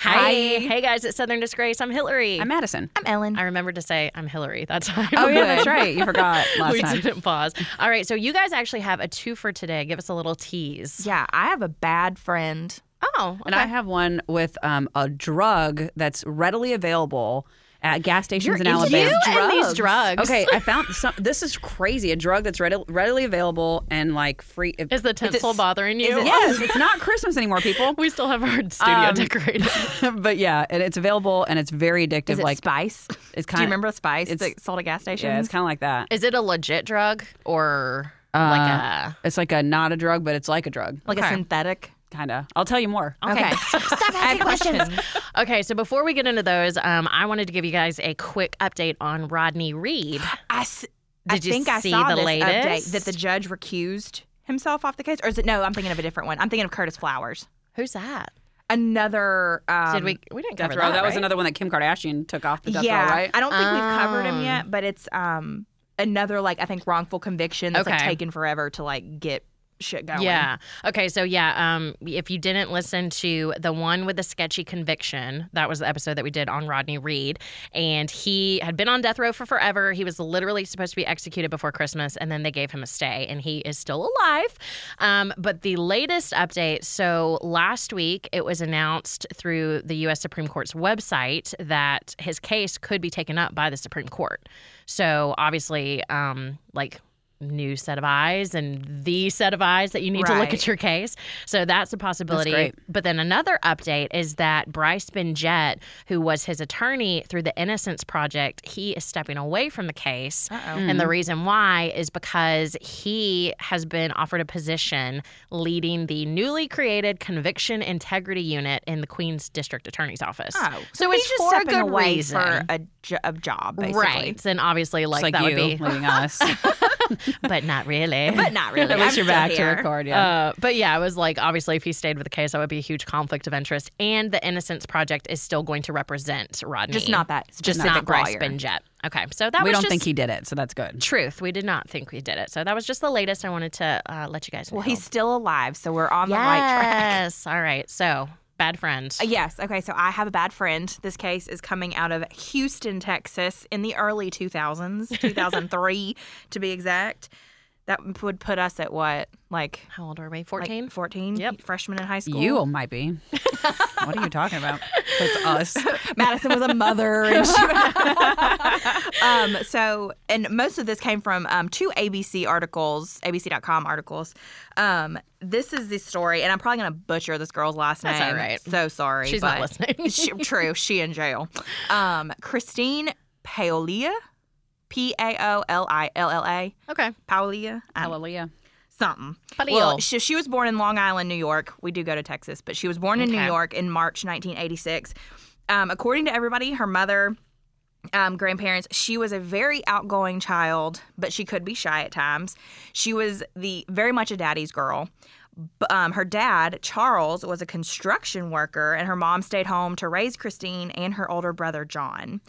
Hi. Hey guys, it's Southern Disgrace. I'm Hillary. I'm Madison. I'm Ellen. I remember to say I'm Hillary that time. Oh yeah, that's right. You forgot last we time. didn't pause. All right, so you guys actually have a two for today. Give us a little tease. yeah, I have a bad friend. Oh, okay. And I have one with um, a drug that's readily available at gas stations in Alabama. you and these drugs. Okay, I found some. This is crazy. A drug that's readi- readily available and like free. if- Is the if it's- tinsel bothering you? Is it- yes, it's not Christmas anymore, people. We still have our studio Um, decorated. but yeah, and it's available and it's very addictive. Is it like spice? it's Do kind you remember spice it's- that sold at gas stations? Yeah, it's kind of like that. Is it a legit drug or like Uh, a? It's like a not a drug, but it's like a drug. like a synthetic. kind of. I'll tell you more. Okay. Stop asking questions. Okay, so before we get into those, um, I wanted to give you guys a quick update on Rodney Reed. I, s- Did I you think I see saw the this latest? update that the judge recused himself off the case, or is it? No, I'm thinking of a different one. I'm thinking of Curtis Flowers. Who's that? Another. Um, Did we? We didn't Death cover row. That, that. was right? another one that Kim Kardashian took off the death yeah, row, right? I don't think we've covered him Oh. yet, but it's um another like I think wrongful conviction that's like Okay. taken forever to like get shit going. Yeah. Okay. So yeah, um, if you didn't listen to the one with the sketchy conviction, that was the episode that we did on Rodney Reed, and he had been on death row for forever. He was literally supposed to be executed before Christmas, and then they gave him a stay, and he is still alive. Um, but the latest update. So last week, it was announced through the U.S. Supreme Court's website that his case could be taken up by the Supreme Court. So obviously, um, like new set of eyes and the set of eyes that you need to look at Right. your case. So that's a possibility. great. But then another update is that Bryce Benjet, who was his attorney through the Innocence Project, he is stepping away from the case. And Hmm. the reason why is because he has been offered a position leading the newly created Conviction Integrity Unit in the Queen's District Attorney's Office. Oh, so, he's it's just for a stepping good away reason. for a, jo- a job, basically. Right, and obviously, like, Just like that you, would be, leaving us. but not really. But not At least really. I'm you're still back here. to record. Yeah. Uh, but yeah, it was like obviously if he stayed with the case, that would be a huge conflict of interest. And the Innocence Project is still going to represent Rodney, Just not that just specific not Bryce lawyer. Benjet. Okay, so that we was don't just think he did it, so that's good. truth. We did not think we did it. So that was just the latest. I wanted to uh, let you guys know. Well, he's still alive, so we're on the right track. yes. All right. So bad friend. Uh, Yes. Okay. So I have a bad friend. This case is coming out of Houston, Texas in the early 2000s, 2003 to be exact. That would put us at what? Like How old are we? like Fourteen. 14? Yep. Freshman in high school. You might be. what are you talking about? It's us. Madison was a mother. And she um, so, and most of this came from um, two ABC articles, ABC.com articles. Um, this is the story, and I'm probably going to butcher this girl's last That's all name. right. So sorry. She's but not listening. she, true. She in jail. Um, Christine Paolia, P A O L I L L A, okay. Paolia, I don't- Hallelujah. something. Paolia. Well, she, she was born in Long Island, New York. We do go to Texas, but she was born in New Okay. York in March 1986. Um, according to everybody, her mother, um, grandparents, she was a very outgoing child, but she could be shy at times. She was the very much a daddy's girl. B- Um, her dad, Charles, was a construction worker, and her mom stayed home to raise Christine and her older brother, John.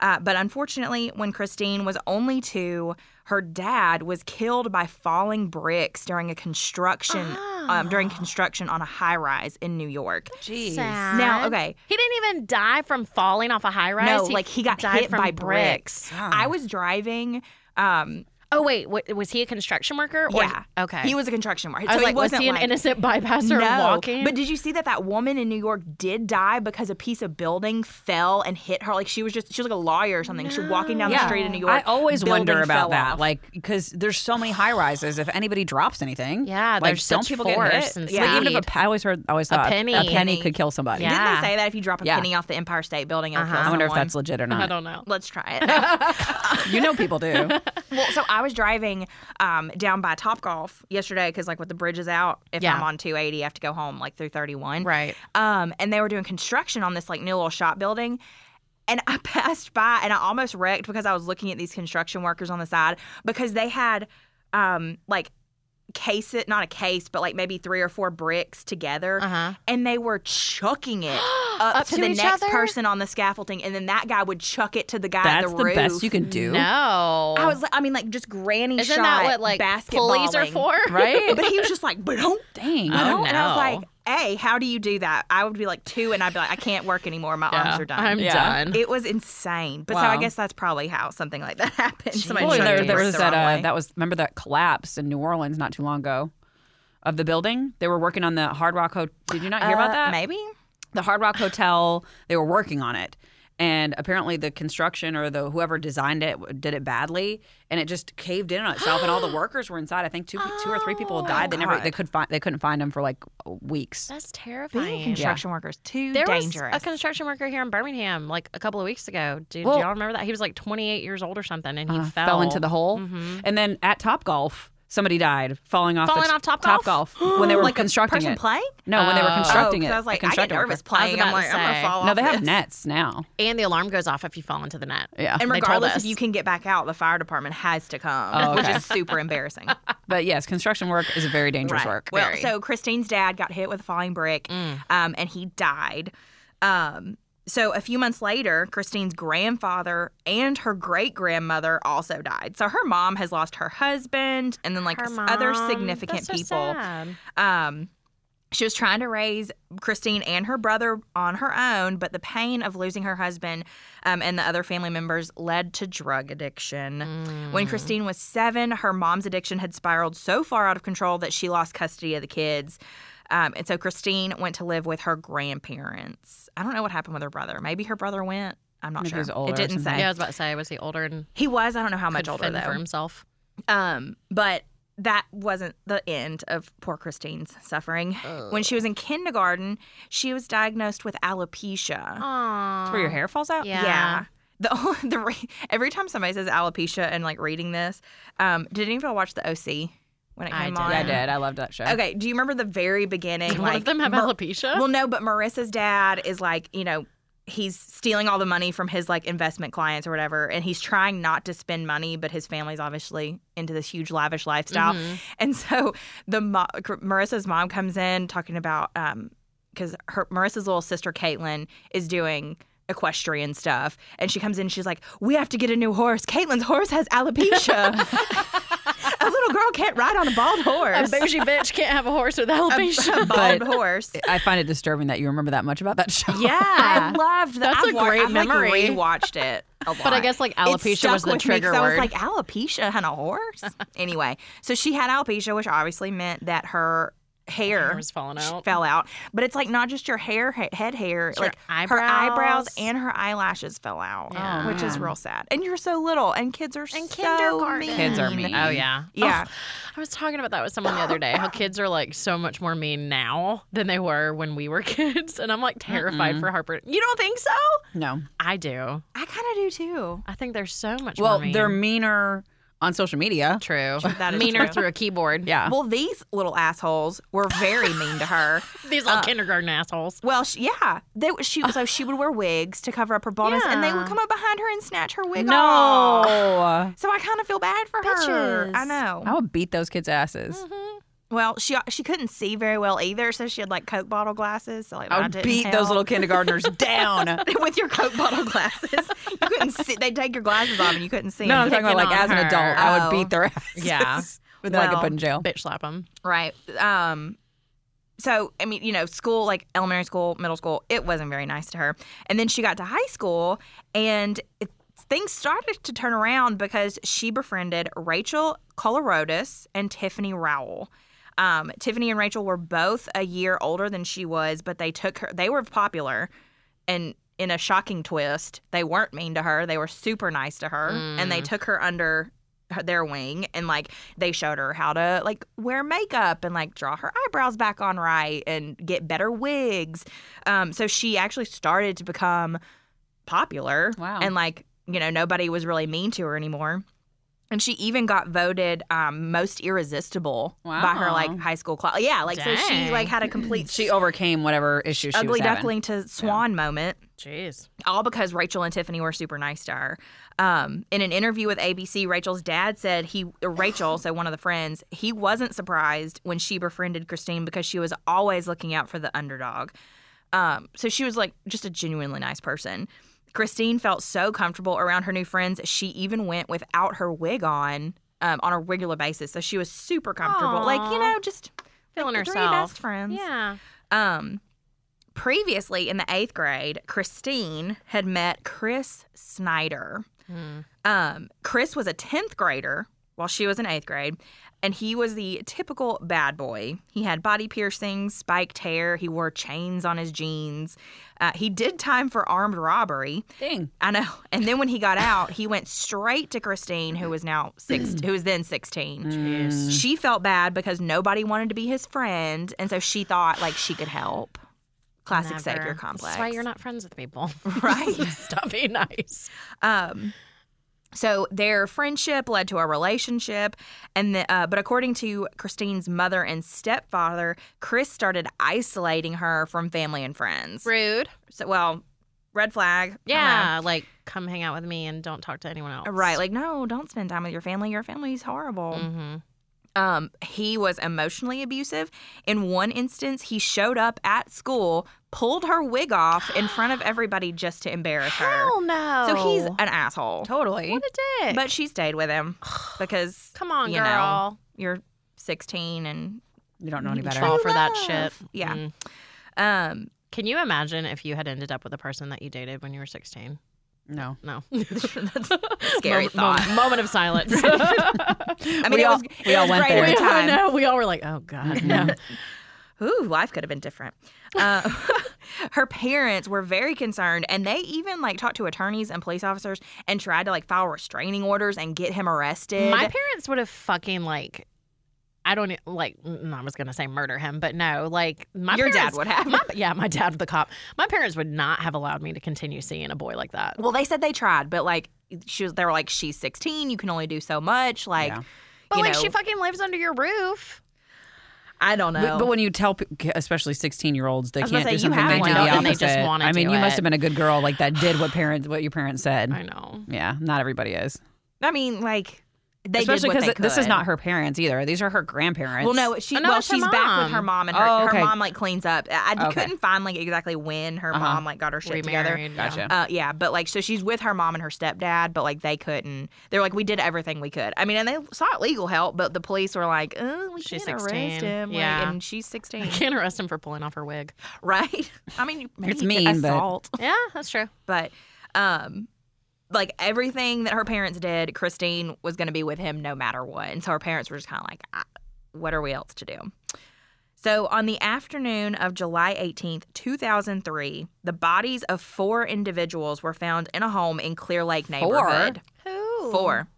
Uh, but unfortunately, when Christine was only two, her dad was killed by falling bricks during a construction Ah. um, during construction on a high rise in New York. Jeez. Sad. Now, okay. He didn't even die from falling off a high rise. No, like he got died hit from by bricks. I was driving. Um, Oh wait, what, was he a construction worker? Or, yeah. Okay. He was a construction worker. I was so like, he was wasn't he an like, innocent bypasser no. walking? But did you see that that woman in New York did die because a piece of building fell and hit her? Like she was just she was like a lawyer or something. She was walking down the street in New York. I always building wonder fell about that, off. like because there's so many high rises. If anybody drops anything, Yeah, like there's don't such people get force hit? and Like, even if speed. a, I always heard, I always thought penny. a Penny. penny could kill somebody. Yeah. Didn't they say that if you drop a Yeah. Uh-huh. penny off the Empire State Building, it'll kill I someone? wonder if that's legit or not. I don't know. Let's try it. You know, people do. well, so I was driving um, down by Topgolf yesterday because, like, with the bridge is out, if Yeah. I'm on 280, I have to go home like through 31. Right. Um, and they were doing construction on this like new little shop building. And I passed by and I almost wrecked because I was looking at these construction workers on the side because they had um, like case it, not a case, but like maybe three or four bricks together. Uh-huh. And they were chucking it up, Up to, to the each next other? person on the scaffolding. And then that guy would chuck it to the guy That's at the, the roof. best you can do. No. I was, like- I mean, like just granny Oh. Isn't shot that what like pulleys are basketballing. for? Right? but he was just like, but don't Dang. Oh, I don't. And I no. was like, hey, how do you do that? I would be like two, and I'd be like, I can't work anymore. My Yeah, arms are done. I'm Yeah. done. it was insane. But so I Wow. guess that's probably how something like that happened. Somebody Well, shot there, the there bricks was the that wrong uh, way. that was remember that collapse in New Orleans not too long ago of the building. They were working on the Hard Rock Hotel. Did you not hear about Uh, that? Maybe. The Hard Rock Hotel. They were working on it, and apparently the construction or the whoever designed it w- did it badly, and it just caved in on itself, and all the workers were inside. I think two two or three people Oh, died. They never they could find they couldn't find them for like weeks. That's Being terrifying. construction workers too There dangerous. was a construction worker here in Birmingham like a couple of weeks ago. Do, do Well- y'all remember that? He was like 28 years old or something, and he Uh, fell. into the hole, Mm-hmm. and then at Top Golf. Somebody died falling off Falling the off Topgolf? Top Golf when Oh, they were like constructing a person it. playing. No, when they were constructing oh, it, 'cause I was the like, I get construction nervous worker. playing. I I'm was like, about to I'm gonna say. fall off. No, they have this. nets now. And the alarm goes off if you fall into the net. Yeah, And They told regardless, if us. you can get back out, the fire department has to come, Oh, which is super embarrassing. but yes, construction work is a very Mm. dangerous work. Well, so Christine's dad got hit with a falling brick, um, and he died. Um, so a few months later, Christine's grandfather and her great grandmother also died. So her mom has lost her husband, and then like Her s- other mom. significant That's so people. sad. Um, she was trying to raise Christine and her brother on her own, but the pain of losing her husband um, and the other family members led to drug addiction. Mm. When Christine was seven, her mom's addiction had spiraled so far out of control that she lost custody of the kids. Um, and so Christine went to live with her grandparents. I don't know what happened with her brother. Maybe her brother went. I'm not Maybe he sure. was older or it didn't something. say. Yeah, I was about to say, was he older and He was. I don't know how much could older fend though. for himself? Um, but that wasn't the end of poor Christine's suffering. When she was in kindergarten, she was diagnosed with alopecia. Aww. where your hair falls out. Oh, Yeah. The, only- the re- every time somebody says alopecia and like reading this, um, did any of y'all watch the OC when it I came did. on? Yeah, I did. I loved that show. Okay, do you remember the very beginning? Did one like, of them have alopecia? Well, no, but Marissa's dad is like, you know, he's stealing all the money from his like investment clients or whatever, and he's trying not to spend money, but his family's obviously into this huge lavish lifestyle, Mm-hmm. and so the mo- Marissa's mom comes in talking about um because her Marissa's little sister Caitlin is doing. Equestrian stuff, and she comes in. She's like, "We have to get a new horse. Caitlin's horse has alopecia. a little girl can't ride on a bald A horse. bougie bitch can't have a horse with alopecia. a bald But- horse. I find it disturbing that you remember that much about that show. yeah. I loved that. That's I've a wa- great I've, like, memory. rewatched it. A lot. But I guess, like, It alopecia stuck was the with me 'cause trigger I was word. like alopecia and a horse. anyway, so she had alopecia, which obviously meant that her hair was falling sh- out. Fell out. But it's like not just your hair, he- head hair, your like eyebrows. her eyebrows and her eyelashes fell out, which is real sad. And you're so little, and kids are And so kindergarten. Kids are mean. Oh yeah. Yeah. Oh, I was talking about that with someone the other day. How kids are like so much more mean now than they were when we were kids, and I'm like terrified for Harper. You don't think so? No. I do. I kind of do too. I think they're so much Well, more mean. they're meaner on social media. true. That is Meaner true. through a keyboard. Yeah. Well, these little assholes were very mean to her. These Uh, little kindergarten assholes. Well, she, yeah, they, she so she would wear wigs to cover up her baldness, and they would come up behind her and snatch her wig off. no. So I kind of feel bad for her. I know. I would beat those kids' asses. Mm-hmm. Well, she uh, she couldn't see very well either, so she had like coke bottle glasses. So like I that would didn't beat those little help. kindergartners down. No, with your coke bottle glasses. You couldn't see. They would take your glasses off, and you couldn't see. I'm them. talking about like Picking on as an adult, her. I Oh. would beat their asses. Yeah. But then I Well, get put in jail. Bitch slap them. Right. Um so I mean, you know, school like elementary school, middle school, it wasn't very nice to her. And then she got to high school and it, things started to turn around because she befriended Rachel Colorodis and Tiffany Rowell. Um, Tiffany and Rachel were both a year older than she was, but they took her they were popular and in a shocking twist, they weren't mean to her. They were super nice to her, and they took her under her- their wing and like they showed her how to like wear makeup and like draw her eyebrows back on right and get better wigs. Um, so she actually started to become popular. Wow. And like you know nobody was really mean to her anymore. And she even got voted um, most irresistible by her like high school class. Yeah, like so she Dang. like had a complete She overcame whatever issue she was ugly having. duckling to swan moment Jeez. all because Rachel and Tiffany were super nice to her. Um, in an interview with ABC, Rachel's dad said he, or Rachel, so one of the friends, he wasn't surprised when she befriended Christine because she was always looking out for the underdog. Um, so she was like just a genuinely nice person. Christine felt so comfortable around her new friends, she even went without her wig on um, on a regular basis. So she was super comfortable. Like, you know, just Feeling like the herself. Three best friends. Yeah. Um, previously in the eighth grade, Christine had met Chris Snyder. Um, Chris was a 10th grader while she was in eighth grade, and he was the typical bad boy. He had body piercings, spiked hair, he wore chains on his jeans. Uh, he did time for armed robbery. Dang. I know. And then when he got out, he went straight to Christine, who was now six, who was then sixteen. She felt bad because nobody wanted to be his friend, and so she thought like she could help. Classic Never. savior complex. That's why you're not friends with people. right. Stop being nice. Um, so their friendship led to a relationship, and the, uh, but according to Christine's mother and stepfather, Chris started isolating her from family and friends. Rude. So, well, red flag. I don't know. Yeah. Like, come hang out with me and don't talk to anyone else. Uh-huh. Right. Like, no, don't spend time with your family. Your family's horrible. Mm. Mm-hmm. Um, he was emotionally abusive. In one instance, he showed up at school, pulled her wig off in front of everybody just to embarrass Hell no. her. So he's an asshole. Totally. What a Eh. dick. But she stayed with him because Come on, you know girl. you're 16 and You don't know any better. Fall for that shit. yeah. Mm. Um, Can you imagine if you had ended up with a person that you dated when you were 16? No. No. That's a scary thought. Moment, of silence. I mean, it was we it all was went great there. at the I time. know. We all were like, oh, God, no. ooh, life could have been different. Uh, her parents were very concerned, and they even like talked to attorneys and police officers and tried to like file restraining orders and get him arrested. My parents would have fucking, like, I don't e- like. mm, I was gonna say murder him, but no. Like my Your dad parents- would have. my- yeah, my dad, was the cop. My parents would not have allowed me to continue seeing a boy like that. well, they said they tried, but like she was, they were like, she's 16, you can only do so much. Like, Yeah. But you like, she know, fucking lives under your roof. I don't know. But, but when you tell, pe- especially sixteen-year-olds, they was gonna can't do say, you something. have They one, do the they? don't They opposite. just wanna I mean, do you it. must have been a good girl, like that did what parents, what your parents said. I know. Yeah, not everybody is. I mean, like they especially because th- this is not her parents either. These are her grandparents. Well, no, she Oh, no, well, it's her she's back with mom. her mom, and her, Oh, okay. her mom like cleans up. I I Okay. couldn't find like exactly when her mom like got her shit together. Remarried, yeah. Gotcha. Uh, yeah, but like, so she's with her mom and her stepdad, but like they couldn't. They're like, we did everything we could. I mean, and they sought legal help, but the police were like, oh, we She's can't 16. arrest him. like, Yeah. and she's sixteen, Can't arrest him for pulling off her wig. right? I mean, you- maybe It's you could mean, but- assault, Yeah, that's true. but, um. Like everything that her parents did, Christine was going to be with him no matter what. And so her parents were just kind of like, "Ah, what are we else to do? So, on the afternoon of July 18th, 2003, the bodies of four individuals were found in a home in Clear Lake neighborhood. Four.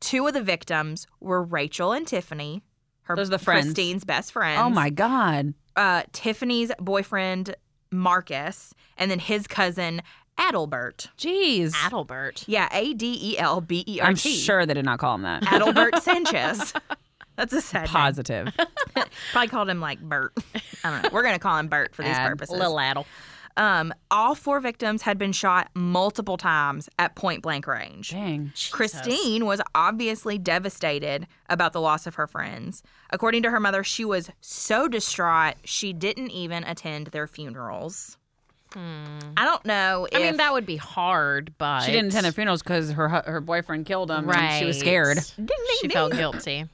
Two of the victims were Rachel and Tiffany, her Those are the friends. Christine's best friends. Oh my God. Uh, Tiffany's boyfriend Marcus, and then his cousin Adelbert. Jeez. Adelbert. Yeah, A D E L B E R T. I'm sure they did not call him that. Adelbert Sanchez. That's a sad name. Positive. Probably called him like Bert. I don't know. We're gonna call him Bert for these Ad. purposes. Little Adel. Um, all four victims had been shot multiple times at point blank range. Dang. Christine was obviously devastated about the loss of her friends. According to her mother, she was so distraught she didn't even attend their funerals. I don't know. If, Hmm. I mean, that would be hard, but She didn't attend the funerals because her hu- her boyfriend killed him. And she was scared. she felt guilty.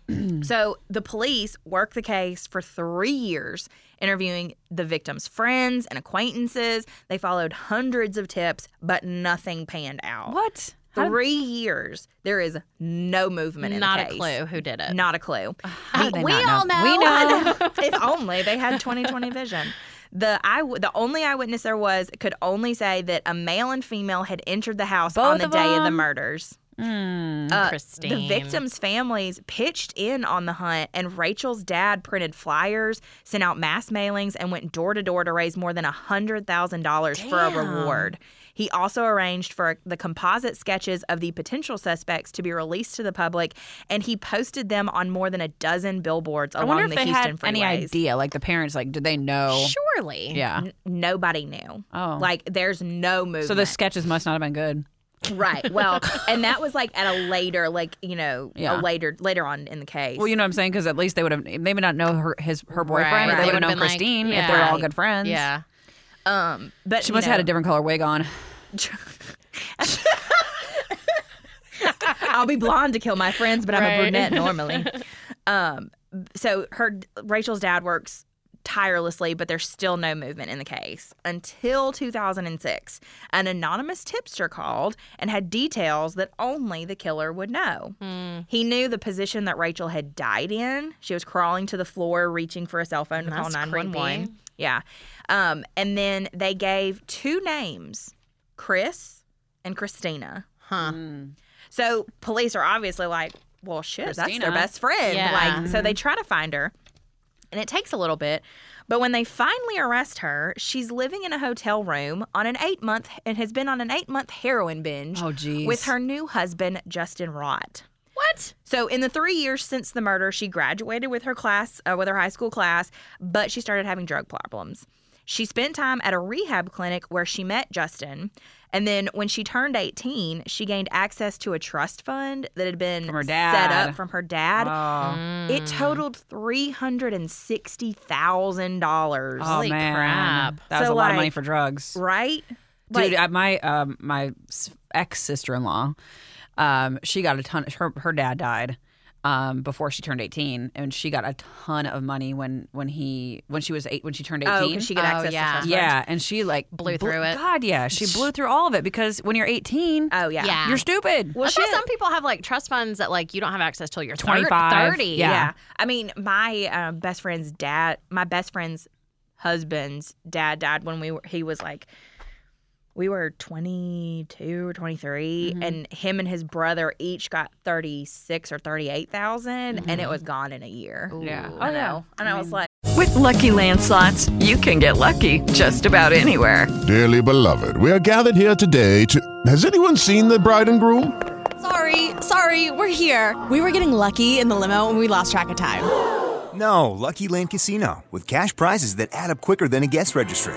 So the police worked the case for three years, interviewing the victim's friends and acquaintances. They followed hundreds of tips, but nothing panned out. What? Three years. There is no movement in Not the a case. clue who did it. Not a clue. did they we not know? all know. We know. if only they had 2020 vision. The I the only eyewitness there was could only say that a male and female had entered the house on Both the of day of the them? murders. Christine. The victims' families pitched in on the hunt, and Rachel's dad printed flyers, sent out mass mailings, and went door to door to raise more than $100,000 for a reward. He also arranged for the composite sketches of the potential suspects to be released to the public, and he posted them on more than a dozen billboards I along wonder if the they Houston had freeways. any idea. Like the parents, like, did they know? Surely. Yeah. Nobody knew. Oh. Like, there's no movement. So the sketches must not have been good. Right. Well, and that was like at a later, like you know, Yeah. a later later on in the case. Well, you know what I'm saying? Because at least they would have, they may not know her, his, her boyfriend, Right. but they They would have would've known been like, Christine if yeah. they were all Right. good friends. Yeah. but She you must have had a know, different color wig on. I'll be blonde to kill my friends, but I'm Right. a brunette normally. um. So her Rachel's dad works tirelessly, but there's still no movement in the case until 2006. An anonymous tipster called and had details that only the killer would know. Hmm. He knew the position that Rachel had died in. She was crawling to the floor, reaching for a cell phone to call That's creepy. 911. Yeah. Um, and then they gave two names Chris and Christina. Huh. Hmm. So police are obviously like, well, shit, that's Christina. Mm-hmm. their best friend. Yeah. Like, so they try to find her, and it takes a little bit. But when they finally arrest her, she's living in a hotel room on an eight month and has been on an eight month heroin binge Oh, geez. with her new husband, Justin Rott. What? So in the three years since the murder, she graduated with her class, uh, with her high school class, but she started having drug problems. She spent time at a rehab clinic where she met Justin, and then when she turned 18, she gained access to a trust fund that had been her set dad. Ah. up from her dad. Mm. It totaled three hundred and sixty thousand dollars, Oh, Holy man. crap. That was So, a lot of money like- for drugs. right? Dude, I, my um, my ex sister in law, um, she got a ton. Her her dad died um, before she turned eighteen, and she got a ton of money when when he when she was eight when she turned oh, eighteen. because she could Oh, access yeah. to trust fund. yeah, and she like Blew bl- through it. Uh, God, yeah, she blew through all of it because when you're eighteen, Oh yeah. Yeah. you're stupid. That's why some people have like trust funds that like you don't have access till you're 25. 30. Yeah. Yeah. I mean, my um, best friend's dad, my best friend's husband's dad died when we were, he was like, we were 22 or 23 Mm-hmm. and him and his brother each got 36 or 38,000 and it was gone in a year. Mm-hmm. Oh, Yeah. I know. And I, was like, With Lucky Land slots, you can get lucky just about anywhere. Dearly beloved, we are gathered here today to. Has anyone seen the bride and groom? Sorry, sorry, we're here. We were getting lucky in the limo and we lost track of time. No, Lucky Land Casino, with cash prizes that add up quicker than a guest registry.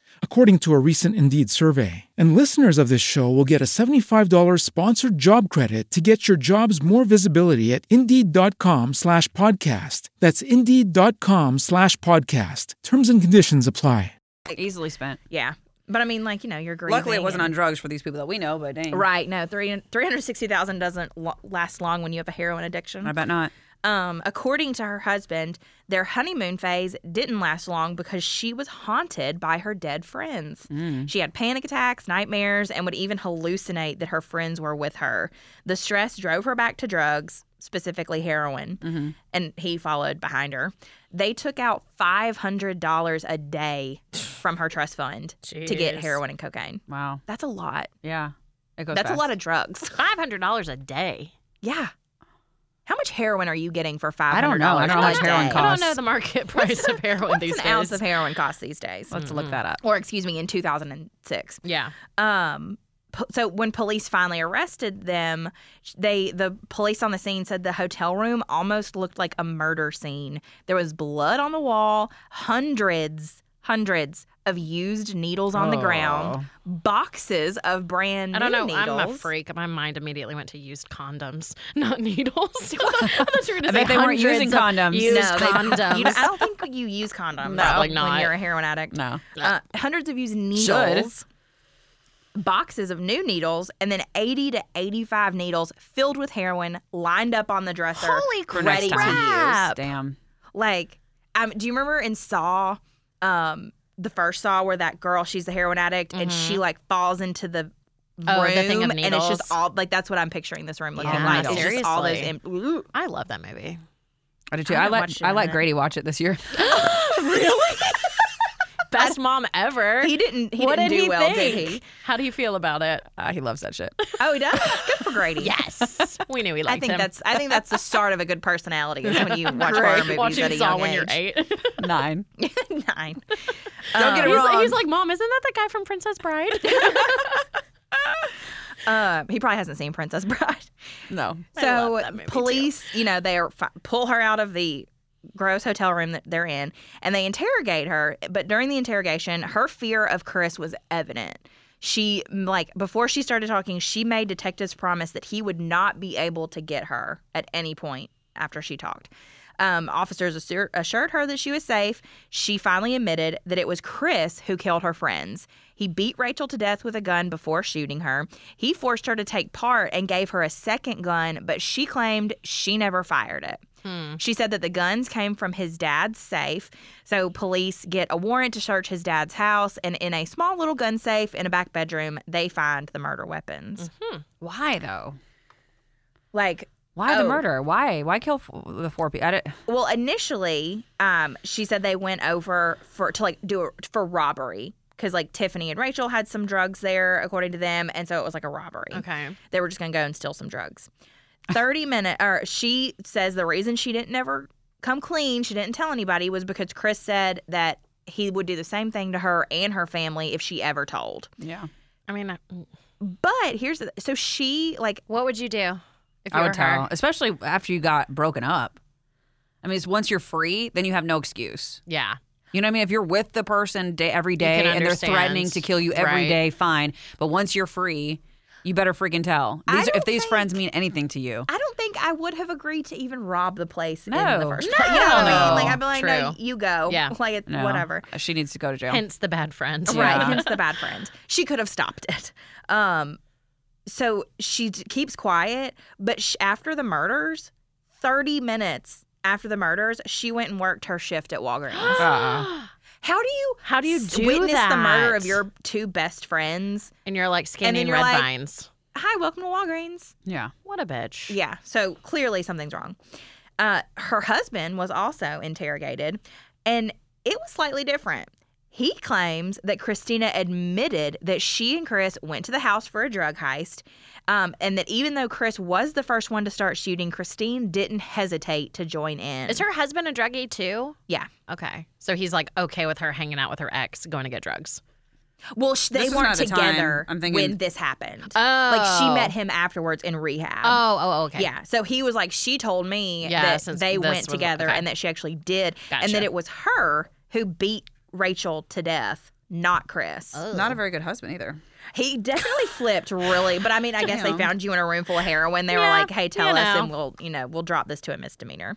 according to a recent Indeed survey. And listeners of this show will get a $75 sponsored job credit to get your jobs more visibility at Indeed.com slash podcast. That's Indeed.com slash podcast. Terms and conditions apply. Easily spent. yeah. But I mean, like, you know, you're grieving. Luckily, it wasn't and- on drugs for these people that we know, but dang, Right. No, three, 360,000 doesn't lo- last long when you have a heroin addiction. I bet not. Um, according to her husband, their honeymoon phase didn't last long because she was haunted by her dead friends. Mm. She had panic attacks, nightmares, and would even hallucinate that her friends were with her. The stress drove her back to drugs, specifically heroin, Mm-hmm. and he followed behind her. They took out $500 a day from her trust fund to get Jeez. heroin and cocaine. Wow. That's a lot. Yeah. It goes. That's a fast. lot of drugs. $500 a day. Yeah. How much heroin are you getting for $500? I don't know. I don't know how much a heroin day? I costs. don't know the market price of heroin What's these an days. Hmm. ounce of heroin cost these days? Let's look that up. Or excuse me, in 2006. yeah. Um, po- so when police finally arrested them, they the police on the scene said the hotel room almost looked like a murder scene. There was blood on the wall, hundreds, hundreds of used needles on the ground, boxes of brand I don't know. new I'm a needles. freak. My mind immediately went to used condoms, not needles. I thought you were gonna I bet say they weren't using hundreds of condoms. Used No, they- condoms. you know, I don't think you use condoms No. Probably when not. you're a heroin addict. No. Uh, hundreds of used needles, boxes of new needles, and then 80 to 85 needles filled with heroin lined up on the dresser. Holy ready to use. Damn. Like, um, do you remember in Saw, um, the first Saw where that girl, she's a heroin addict, and Mhm. she like falls into the room Oh, the thing of and it's needles. just all like that's what I'm picturing this room looking Yeah, like. It's just all those. seriously. Em- Ooh. I love that movie. I do too. I I, haven't watched let it I in a let minute. Grady watch it this year. Best mom ever. He didn't. He what didn't did do he well, think? did he? How do you feel about it? Uh, he loves that shit. Oh, he does. Good for Grady. Yes, we knew we liked I think him. that's. I think that's the start of a good personality is when you watch horror movies Watching at a Saw young when age. you're eight. Nine. Nine. Don't get it he's, wrong. he's like, Mom, isn't that the guy from Princess Bride? Uh, he probably hasn't seen Princess Bride. no. I love So that movie, too. police, you know, they are, fi- pull her out of the gross hotel room that they're in, and they interrogate her. But during the interrogation, her fear of Chris was evident. She m- like before she started talking, she made detectives promise that he would not be able to get her at any point after she talked. Um, officers assur- assured her that she was safe. She finally admitted that it was Chris who killed her friends. He beat Rachel to death with a gun before shooting her. He forced her to take part and gave her a second gun, but she claimed she never fired it. Hmm. She said that the guns came from his dad's safe. So police get a warrant to search his dad's house, and in a small little gun safe in a back bedroom, they find the murder weapons. Mm-hmm. Why though? Like Why the Oh. murder? Why? Why kill f- the four people? I don't- Well, initially, um, she said they went over for to like do a, for robbery because like Tiffany and Rachel had some drugs there, according to them, and so it was like a robbery. okay. they were just gonna go and steal some drugs. Thirty minute, or she says the reason she didn't never come clean, she didn't tell anybody, was because Chris said that he would do the same thing to her and her family if she ever told. Yeah. I mean, I- But here's the, so she like what would you do if you I were would tell, her? especially after you got broken up. I mean, it's once you're free, then you have no excuse. Yeah. You know what I mean? If you're with the person day, every day can and they're understand. threatening to kill you every Right. day, fine. But once you're free, you better freaking tell. I These, if don't these friends think- mean anything to you, I don't think I would have agreed to even rob the place in the No. first place. You know what I mean? Like I'd be No. like, no, True. you go. Yeah. Like it, no, uh, whatever. She needs to go to jail. Hence the bad friend. Right, Yeah. hence the bad friend. She could have stopped it. Um, so she d- keeps quiet, but sh- after the murders, 30 minutes after the murders, she went and worked her shift at Walgreens. Uh-uh. How do you Uh-huh. How do you s- do witness the murder that? of your two best friends? And you're like scanning you're red like- vines. Hi, welcome to Walgreens. yeah. What a bitch. Yeah, so clearly something's wrong. Uh, her husband was also interrogated, and it was slightly different. He claims that Christina admitted that she and Chris went to the house for a drug heist, um, and that even though Chris was the first one to start shooting, Christine didn't hesitate to join in. Is her husband a druggie too? Yeah. Okay. So he's like okay with her hanging out with her ex, going to get drugs. Well, sh- they This was weren't not a time. together I'm thinking- when this happened. Like she Oh. met him afterwards in rehab. Oh, oh, okay. Yeah. So he was like, she told me Yeah, that since they this went was- together okay. and that she actually did, and that Gotcha. it was her who beat Rachel to death, not Chris. Oh. Not a very good husband either. He definitely flipped really, but I mean, I guess they Damn. found you in a room full of heroin. They were Yeah, like, "Hey, tell you us, know. and we'll, you know, we'll drop this to a misdemeanor."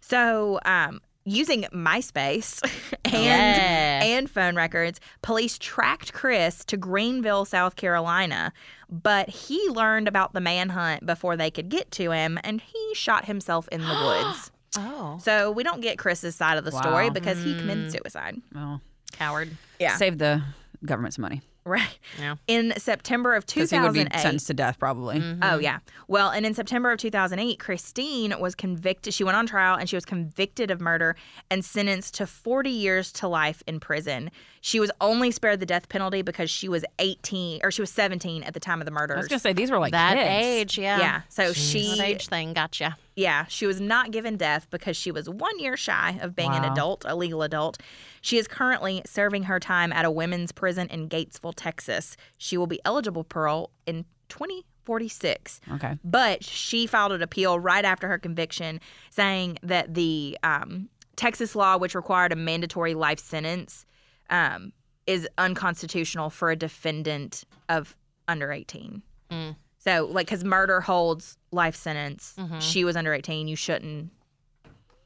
So, um, using MySpace and Yeah. and phone records, police tracked Chris to Greenville, South Carolina, but he learned about the manhunt before they could get to him, and he shot himself in the woods. Oh. So we don't get Chris's side of the story Wow. Mm. because he committed suicide. Well, Coward. Yeah. save the government some money Right. Yeah. In September of because he would be 2008. sentenced to death probably. Mm-hmm. Oh yeah. Well, and in September of 2008, Christine was convicted. She went on trial and she was convicted of murder and sentenced to 40 years to life in prison. She was only spared the death penalty because she was 18 or she was 17 at the time of the murders. I was gonna say these were like That kids. age, yeah. Yeah, so Jeez. she- That age thing, gotcha. Yeah, she was not given death because she was one year shy of being an Wow. adult, a legal adult. She is currently serving her time at a women's prison in Gatesville, Texas. She will be eligible for parole in 2046. Okay. But she filed an appeal right after her conviction, saying that the um, Texas law, which required a mandatory life sentence, um, is unconstitutional for a defendant of under 18. Mm. So, like, because murder holds life sentence, Mhm. she was under 18. You shouldn't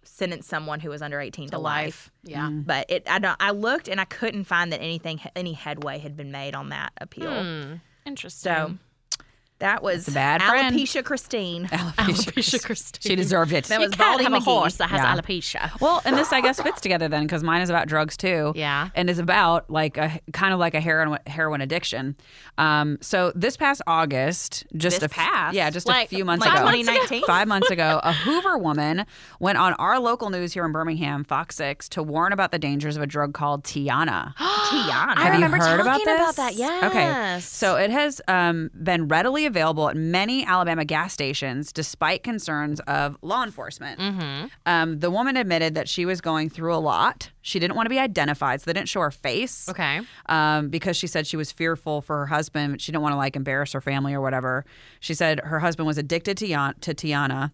sentence someone who was under 18 to, To life. life. Yeah. Mm. But it, I don't. I looked and I couldn't find that anything, any headway had been made on that appeal. Hmm. Interesting. So that was a bad friend. alopecia Christine. Alopecia Alopecia Christine. She deserved it. That You was can't Baldy have a McGee. horse that has Yeah. alopecia. Well, and this I guess fits together then because mine is about drugs too. Yeah. and is about like a kind of like a heroin heroin addiction. Um, so this past August, just This a f- past? yeah, just Like- a few months like ago, 2019? five months ago, a Hoover woman went on our local news here in Birmingham, Fox Six, to warn about the dangers of a drug called Tiana. Tiana. Have you heard talking about this? that, Okay. yes. So it has um, been readily available at many Alabama gas stations, despite concerns of law enforcement. Mm-hmm. Um, the woman admitted that she was going through a lot. She didn't want to be identified, so they didn't show her face. Okay. Um, because she said she was fearful for her husband. but She didn't want to like embarrass her family or whatever. She said her husband was addicted to, Yan- to Tiana.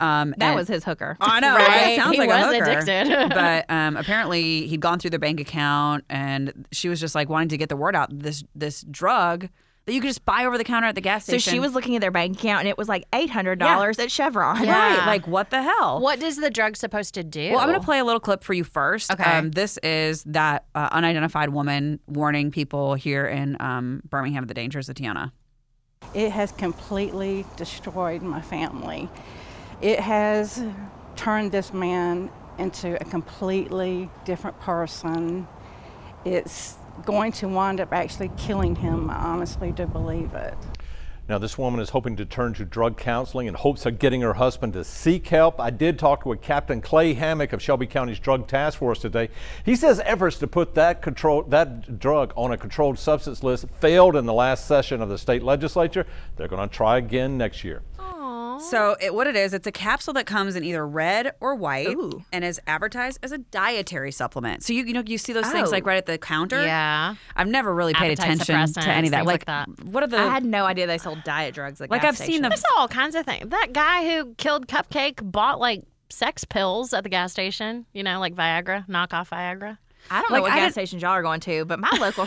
Um, That and- was his hooker. I know. Right? right? It sounds He like was a hooker. addicted. but um, apparently, he'd gone through their bank account, and she was just like wanting to get the word out. This this drug that you could just buy over the counter at the gas So station. she was looking at their bank account and it was like $800 at Chevron. right. Like what the hell? What is the drug supposed to do? Well, I'm going to play a little clip for you first. Um, Okay. this is that uh, unidentified woman warning people here in um, Birmingham of the dangers of Tiana. It has completely destroyed my family. It has turned this man into a completely different person. It's going to wind up actually killing him. I honestly do believe it. Now, this woman is hoping to turn to drug counseling in hopes of getting her husband to seek help. I did talk with Captain Clay Hammock of Shelby County's Drug Task Force today. He says efforts to put that control that drug on a controlled substance list failed in the last session of the state legislature. They're going to try again next year. So, it, what it is, it's a capsule that comes in either red or white, and is advertised as a dietary supplement. So you you know you see those things Oh. like right at the counter. Yeah, I've never really paid Appetite attention to suppressants, any of that. things like what are the? I had no idea they sold diet drugs. At Like, gas I've seen stations. them- It's all kinds of things. That guy who killed Cupcake bought like sex pills at the gas station. You know, like Viagra, knockoff Viagra. I don't Like, know what I gas didn't- stations y'all are going to, but my local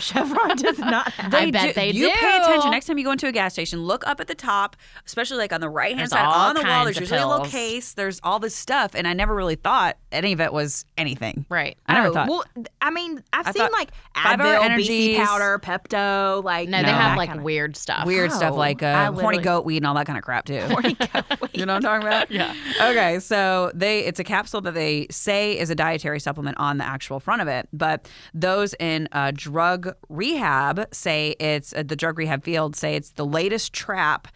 Chevron does not have I bet they you pay do. attention next time you go into a gas station. Look up at the top, especially like on the right hand There's side all on the kinds wall. There's of usually a little pills. case. There's all this stuff, and I never really thought any of it was anything. Right. I never Oh, thought. Well, th- I mean, I've I seen thought like five-hour Advil, BC energies- powder, Pepto. Like No, you they know, have that like kinda- weird stuff. Weird stuff Oh, like I uh, horny literally- goat weed and all that kind of crap too. Horny goat weed. you know what I'm talking about? yeah. Okay, so they it's a capsule that they say is a dietary supplement on the actual front of it, but those in uh, drug rehab say it's uh, the drug rehab field say it's the latest trap.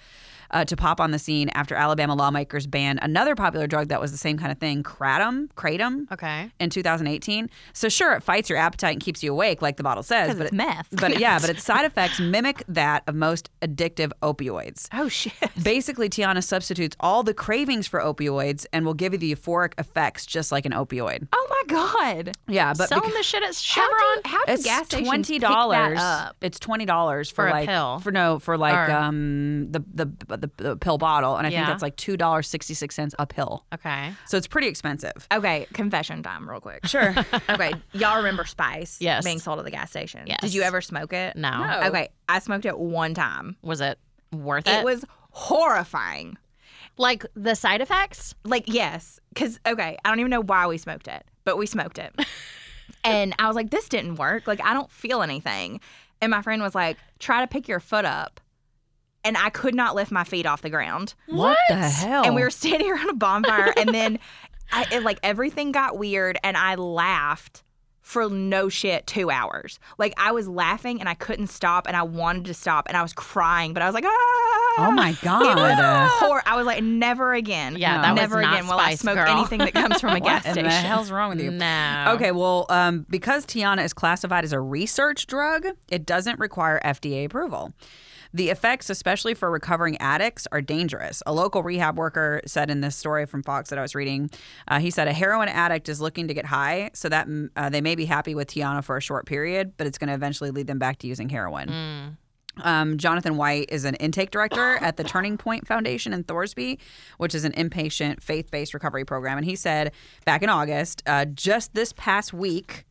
Uh, to pop on the scene after Alabama lawmakers banned another popular drug that was the same kind of thing, kratom, kratom, Okay. in 2018. So sure, it fights your appetite and keeps you awake, like the bottle says, 'Cause but it's it- meth. But yeah, but its side effects mimic that of most addictive opioids. Oh shit. Basically, Tiana substitutes all the cravings for opioids and will give you the euphoric effects just like an opioid. Oh my god. Yeah, but Selling beca- this shit at Chevron. Chevron. How do it's gas stations twenty pick that dollars. up? It's twenty dollars for, For a like pill. for no for like Or- um the the, the the pill bottle, and I Yeah. think that's like two dollars sixty six cents a pill. Okay. So it's pretty expensive. Okay, confession time, real quick. Sure. okay, y'all remember Spice? Yes. Being sold at the gas station. Yes. Did you ever smoke it? No. No. Okay, I smoked it one time. Was it worth it? It was horrifying. like the side effects. Like, yes. Because, okay, I don't even know why we smoked it, but we smoked it. and I was like, this didn't work. Like, I don't feel anything. And my friend was like, try to pick your foot up. And I could not lift my feet off the ground. What the hell? And we were standing around a bonfire, and then I, it, like everything got weird, and I laughed for no shit two hours. Like I was laughing and I couldn't stop, and I wanted to stop, and I was crying, but I was like, ah. Oh my It was god. hor- I was like, never again. Yeah, that was never not again will I Spice smoke Girl. anything that comes from a gas What in station. the hell's wrong with you? No. Okay, well, um, because Tiana is classified as a research drug, it doesn't require FDA approval. The effects, especially for recovering addicts, are dangerous. A local rehab worker said in this story from Fox that I was reading, uh, he said a heroin addict is looking to get high, so that mm, uh, they may be happy with Tiana for a short period, but it's going to eventually lead them back to using heroin. Um, Jonathan White is an intake director at the Turning Point Foundation in Thorsby, which is an inpatient faith based recovery program. And he said back in August, uh, just this past week,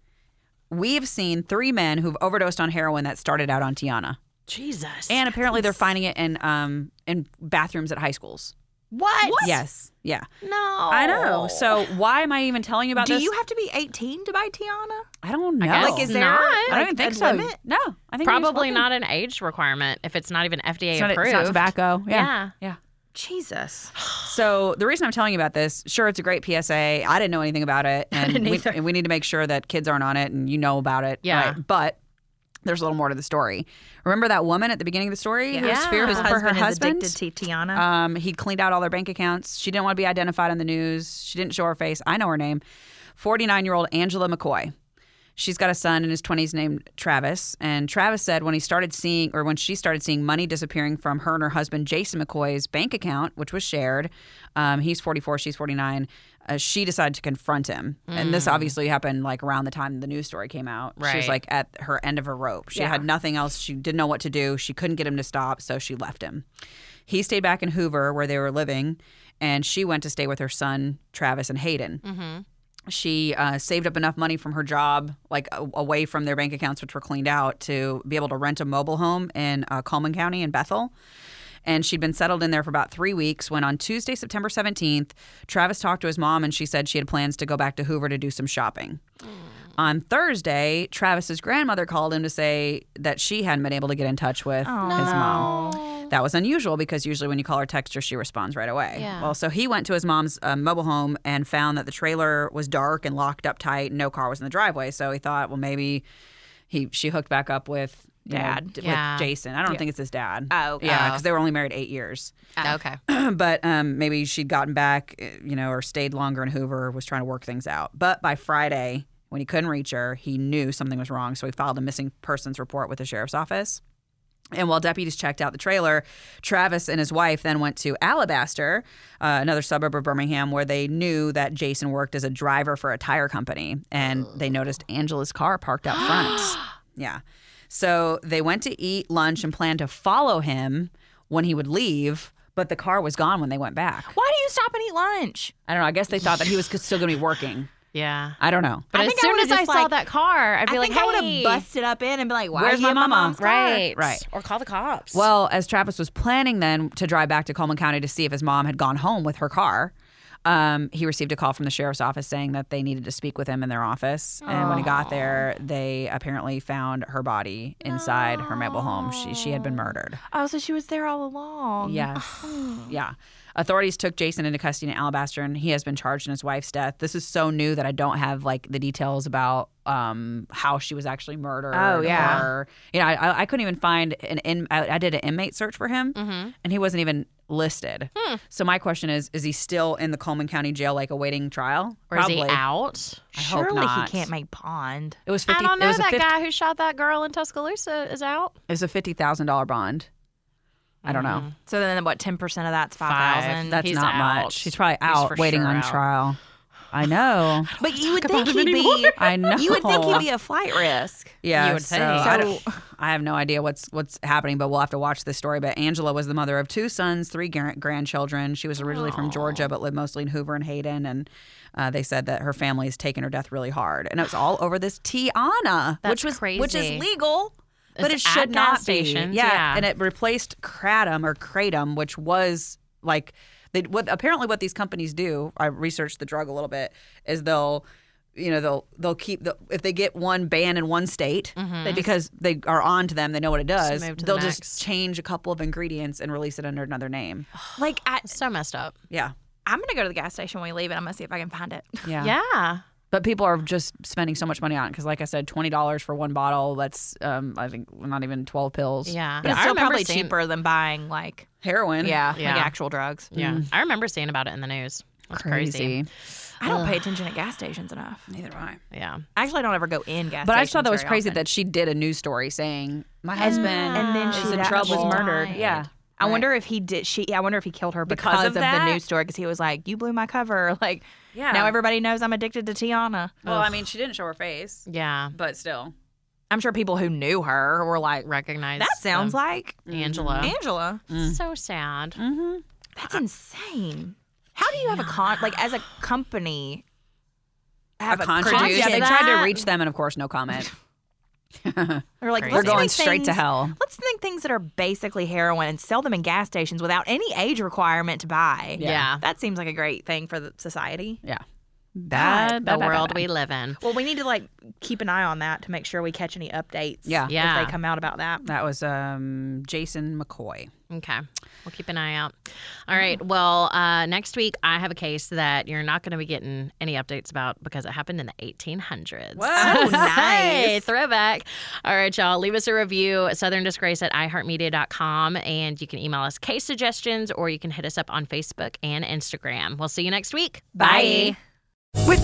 we've seen three men who've overdosed on heroin that started out on Tiana. Jesus. And apparently they're finding it in um, in bathrooms at high schools. What? Oh. Yes. Yeah. No. I know. So why am I even telling you about Do this? you have to be 18 to buy Tiana? I don't know. I Like, guess is there? not. I don't Like, even think a so. limit? No, I think probably not. not an age requirement if it's not even FDA It's not- approved. it's not tobacco. Yeah. yeah. Yeah. Jesus. So the reason I'm telling you about this, sure, it's a great PSA. I didn't know anything about it, and didn't we, either. and we need to make sure that kids aren't on it, and you know about it. Yeah. right? but there's a little more to the story. Remember that woman at the beginning of the story who was Yeah. fearful Whose for her husband is husband? addicted to Tiana. Um, he cleaned out all their bank accounts. She didn't want to be identified on the news. She didn't show her face. I know her name. 49 year old Angela McCoy. She's got a son in his 20s named Travis. And Travis said when he started seeing, or when she started seeing money disappearing from her and her husband, Jason McCoy's bank account, which was shared, um, he's 44, she's 49, uh, she decided to confront him. And this Mm. obviously happened like around the time the news story came out. She was Right. like at her end of her rope. She Yeah. had nothing else. She didn't know what to do. She couldn't get him to stop, so she left him. He stayed back in Hoover where they were living, and she went to stay with her son, Travis, and Hayden. Mm-hmm. She uh, saved up enough money from her job, like a- away from their bank accounts, which were cleaned out, to be able to rent a mobile home in uh, Coleman County in Bethel. And she'd been settled in there for about three weeks when on Tuesday, September 17th, Travis talked to his mom and she said she had plans to go back to Hoover to do some shopping. On Thursday, Travis's grandmother called him to say that she hadn't been able to get in touch with his mom. That was unusual because usually when you call or text her, she responds right away. Yeah. Well, so he went to his mom's uh, mobile home and found that the trailer was dark and locked up tight. No car was in the driveway, so he thought, well, maybe he she hooked back up with you know, Dad. d- Yeah. with Jason. I don't Yeah. think it's his dad. Oh, okay. yeah, Oh. because they were only married eight years. Ah, okay. but um, maybe she'd gotten back, eh, you know, or stayed longer in Hoover, was trying to work things out. But by Friday, when he couldn't reach her, he knew something was wrong. So he filed a missing persons report with the sheriff's office. And while deputies checked out the trailer, Travis and his wife then went to Alabaster, uh, another suburb of Birmingham, where they knew that Jason worked as a driver for a tire company. And they noticed Angela's car parked out front. yeah. So they went to eat lunch and planned to follow him when he would leave, but the car was gone when they went back. Why do you stop and eat lunch? I don't know. I guess they thought that he was still going to be working. Yeah. I don't know. But I as think I soon would've as I just, saw like- that car, I'd be I like, think I would've "Hey." busted up in and be like, why Where's are you my in my mama? mom's car? Right. Right. Or call the cops. Well, as Travis was planning then to drive back to Coleman County to see if his mom had gone home with her car, um, he received a call from the sheriff's office saying that they needed to speak with him in their office. And when he got there, they apparently found her body inside her mobile home. She she had been murdered. Oh, so she was there all along. Yes. Oh. yeah. Authorities took Jason into custody in Alabaster, and he has been charged in his wife's death. This is so new that I don't have like the details about um, how she was actually murdered. Oh, yeah. Or, you know, I, I couldn't even find an in. I, I did an inmate search for him, Mm-hmm. and he wasn't even listed. Hmm. So my question is: Is he still in the Coleman County Jail, like awaiting trial? or is he out? I hope Surely he not. can't make pond. It was fifty. I don't it know. was a That 50 guy who shot that girl in Tuscaloosa is out. It was a fifty thousand dollar bond. I don't Mm. know. So then what, 10% of that's Five. 5,000? That's He's not out. much. He's probably He's out for waiting sure on out. trial. I know. But you would think him he'd be. anymore. I know. You would think he'd be a flight risk. Yeah, You would so think. I, don't- I have no idea what's what's happening, but we'll have to watch this story. But Angela was the mother of two sons, three gar- grandchildren. She was originally from Georgia, but lived mostly in Hoover and Hayden. And uh, they said that her family has taken her death really hard, and it was all over this Tiana, That's which was which is crazy. legal. But it It's should at not gas stations, be. Yeah. yeah. and it replaced kratom or kratom, which was like they what apparently what these companies do. I researched the drug a little bit. Is they'll you know they'll they'll keep the if they get one ban in one state they, because they are on to them they know what it does Mm-hmm. move to the they'll just next. change a couple of ingredients and release it under another name Like, I, So messed up. yeah I'm going to go to the gas station when we leave and I'm going to see if I can find it. yeah Yeah. but people are just spending so much money on it because like i said $20 for one bottle that's um, i think not even 12 pills Yeah. But it's I still remember probably seeing- cheaper than buying, like, heroin yeah, Yeah. like actual drugs. Yeah. I remember seeing about it in the news. That's Mm. crazy. I don't Ugh. pay attention at gas stations enough. Neither do I. Yeah. Actually, I don't ever go in gas stations. But I just thought that was very crazy often. that she did a news story saying my And- husband and then she is in that trouble, was murdered. Yeah, I wonder if he did. She. I wonder if he killed her because, Because of, of the that? news story. Because he was like, "You blew my cover." Like, Yeah. Now everybody knows I'm addicted to Tiana. Well, I mean, she didn't show her face. Yeah. But still. I'm sure people who knew her were like, recognize that sounds them. like Mm. Angela. Angela. So sad. Mm-hmm. That's insane. How do you have a con like as a company? Have a a contradiction. Yeah, they concept- tried to reach them, and of course, no comment. They're Crazy. like, let's We're going make straight to things- hell. Let's think things that are basically heroin and sell them in gas stations without any age requirement to buy. Yeah. Yeah. That seems like a great thing for the society. Yeah. Bad, the world we live in. Well, we need to like keep an eye on that to make sure we catch any updates. Yeah. If Yeah. they come out about that. That was um, Jason McCoy. Okay. We'll keep an eye out. All right. Well, uh, next week I have a case that you're not going to be getting any updates about because it happened in the 1800s. Whoa, Oh, Hey, nice. throwback. All right, y'all. Leave us a review at Southern Disgrace at iHeartMedia.com. And you can email us case suggestions or you can hit us up on Facebook and Instagram. We'll see you next week. Bye. With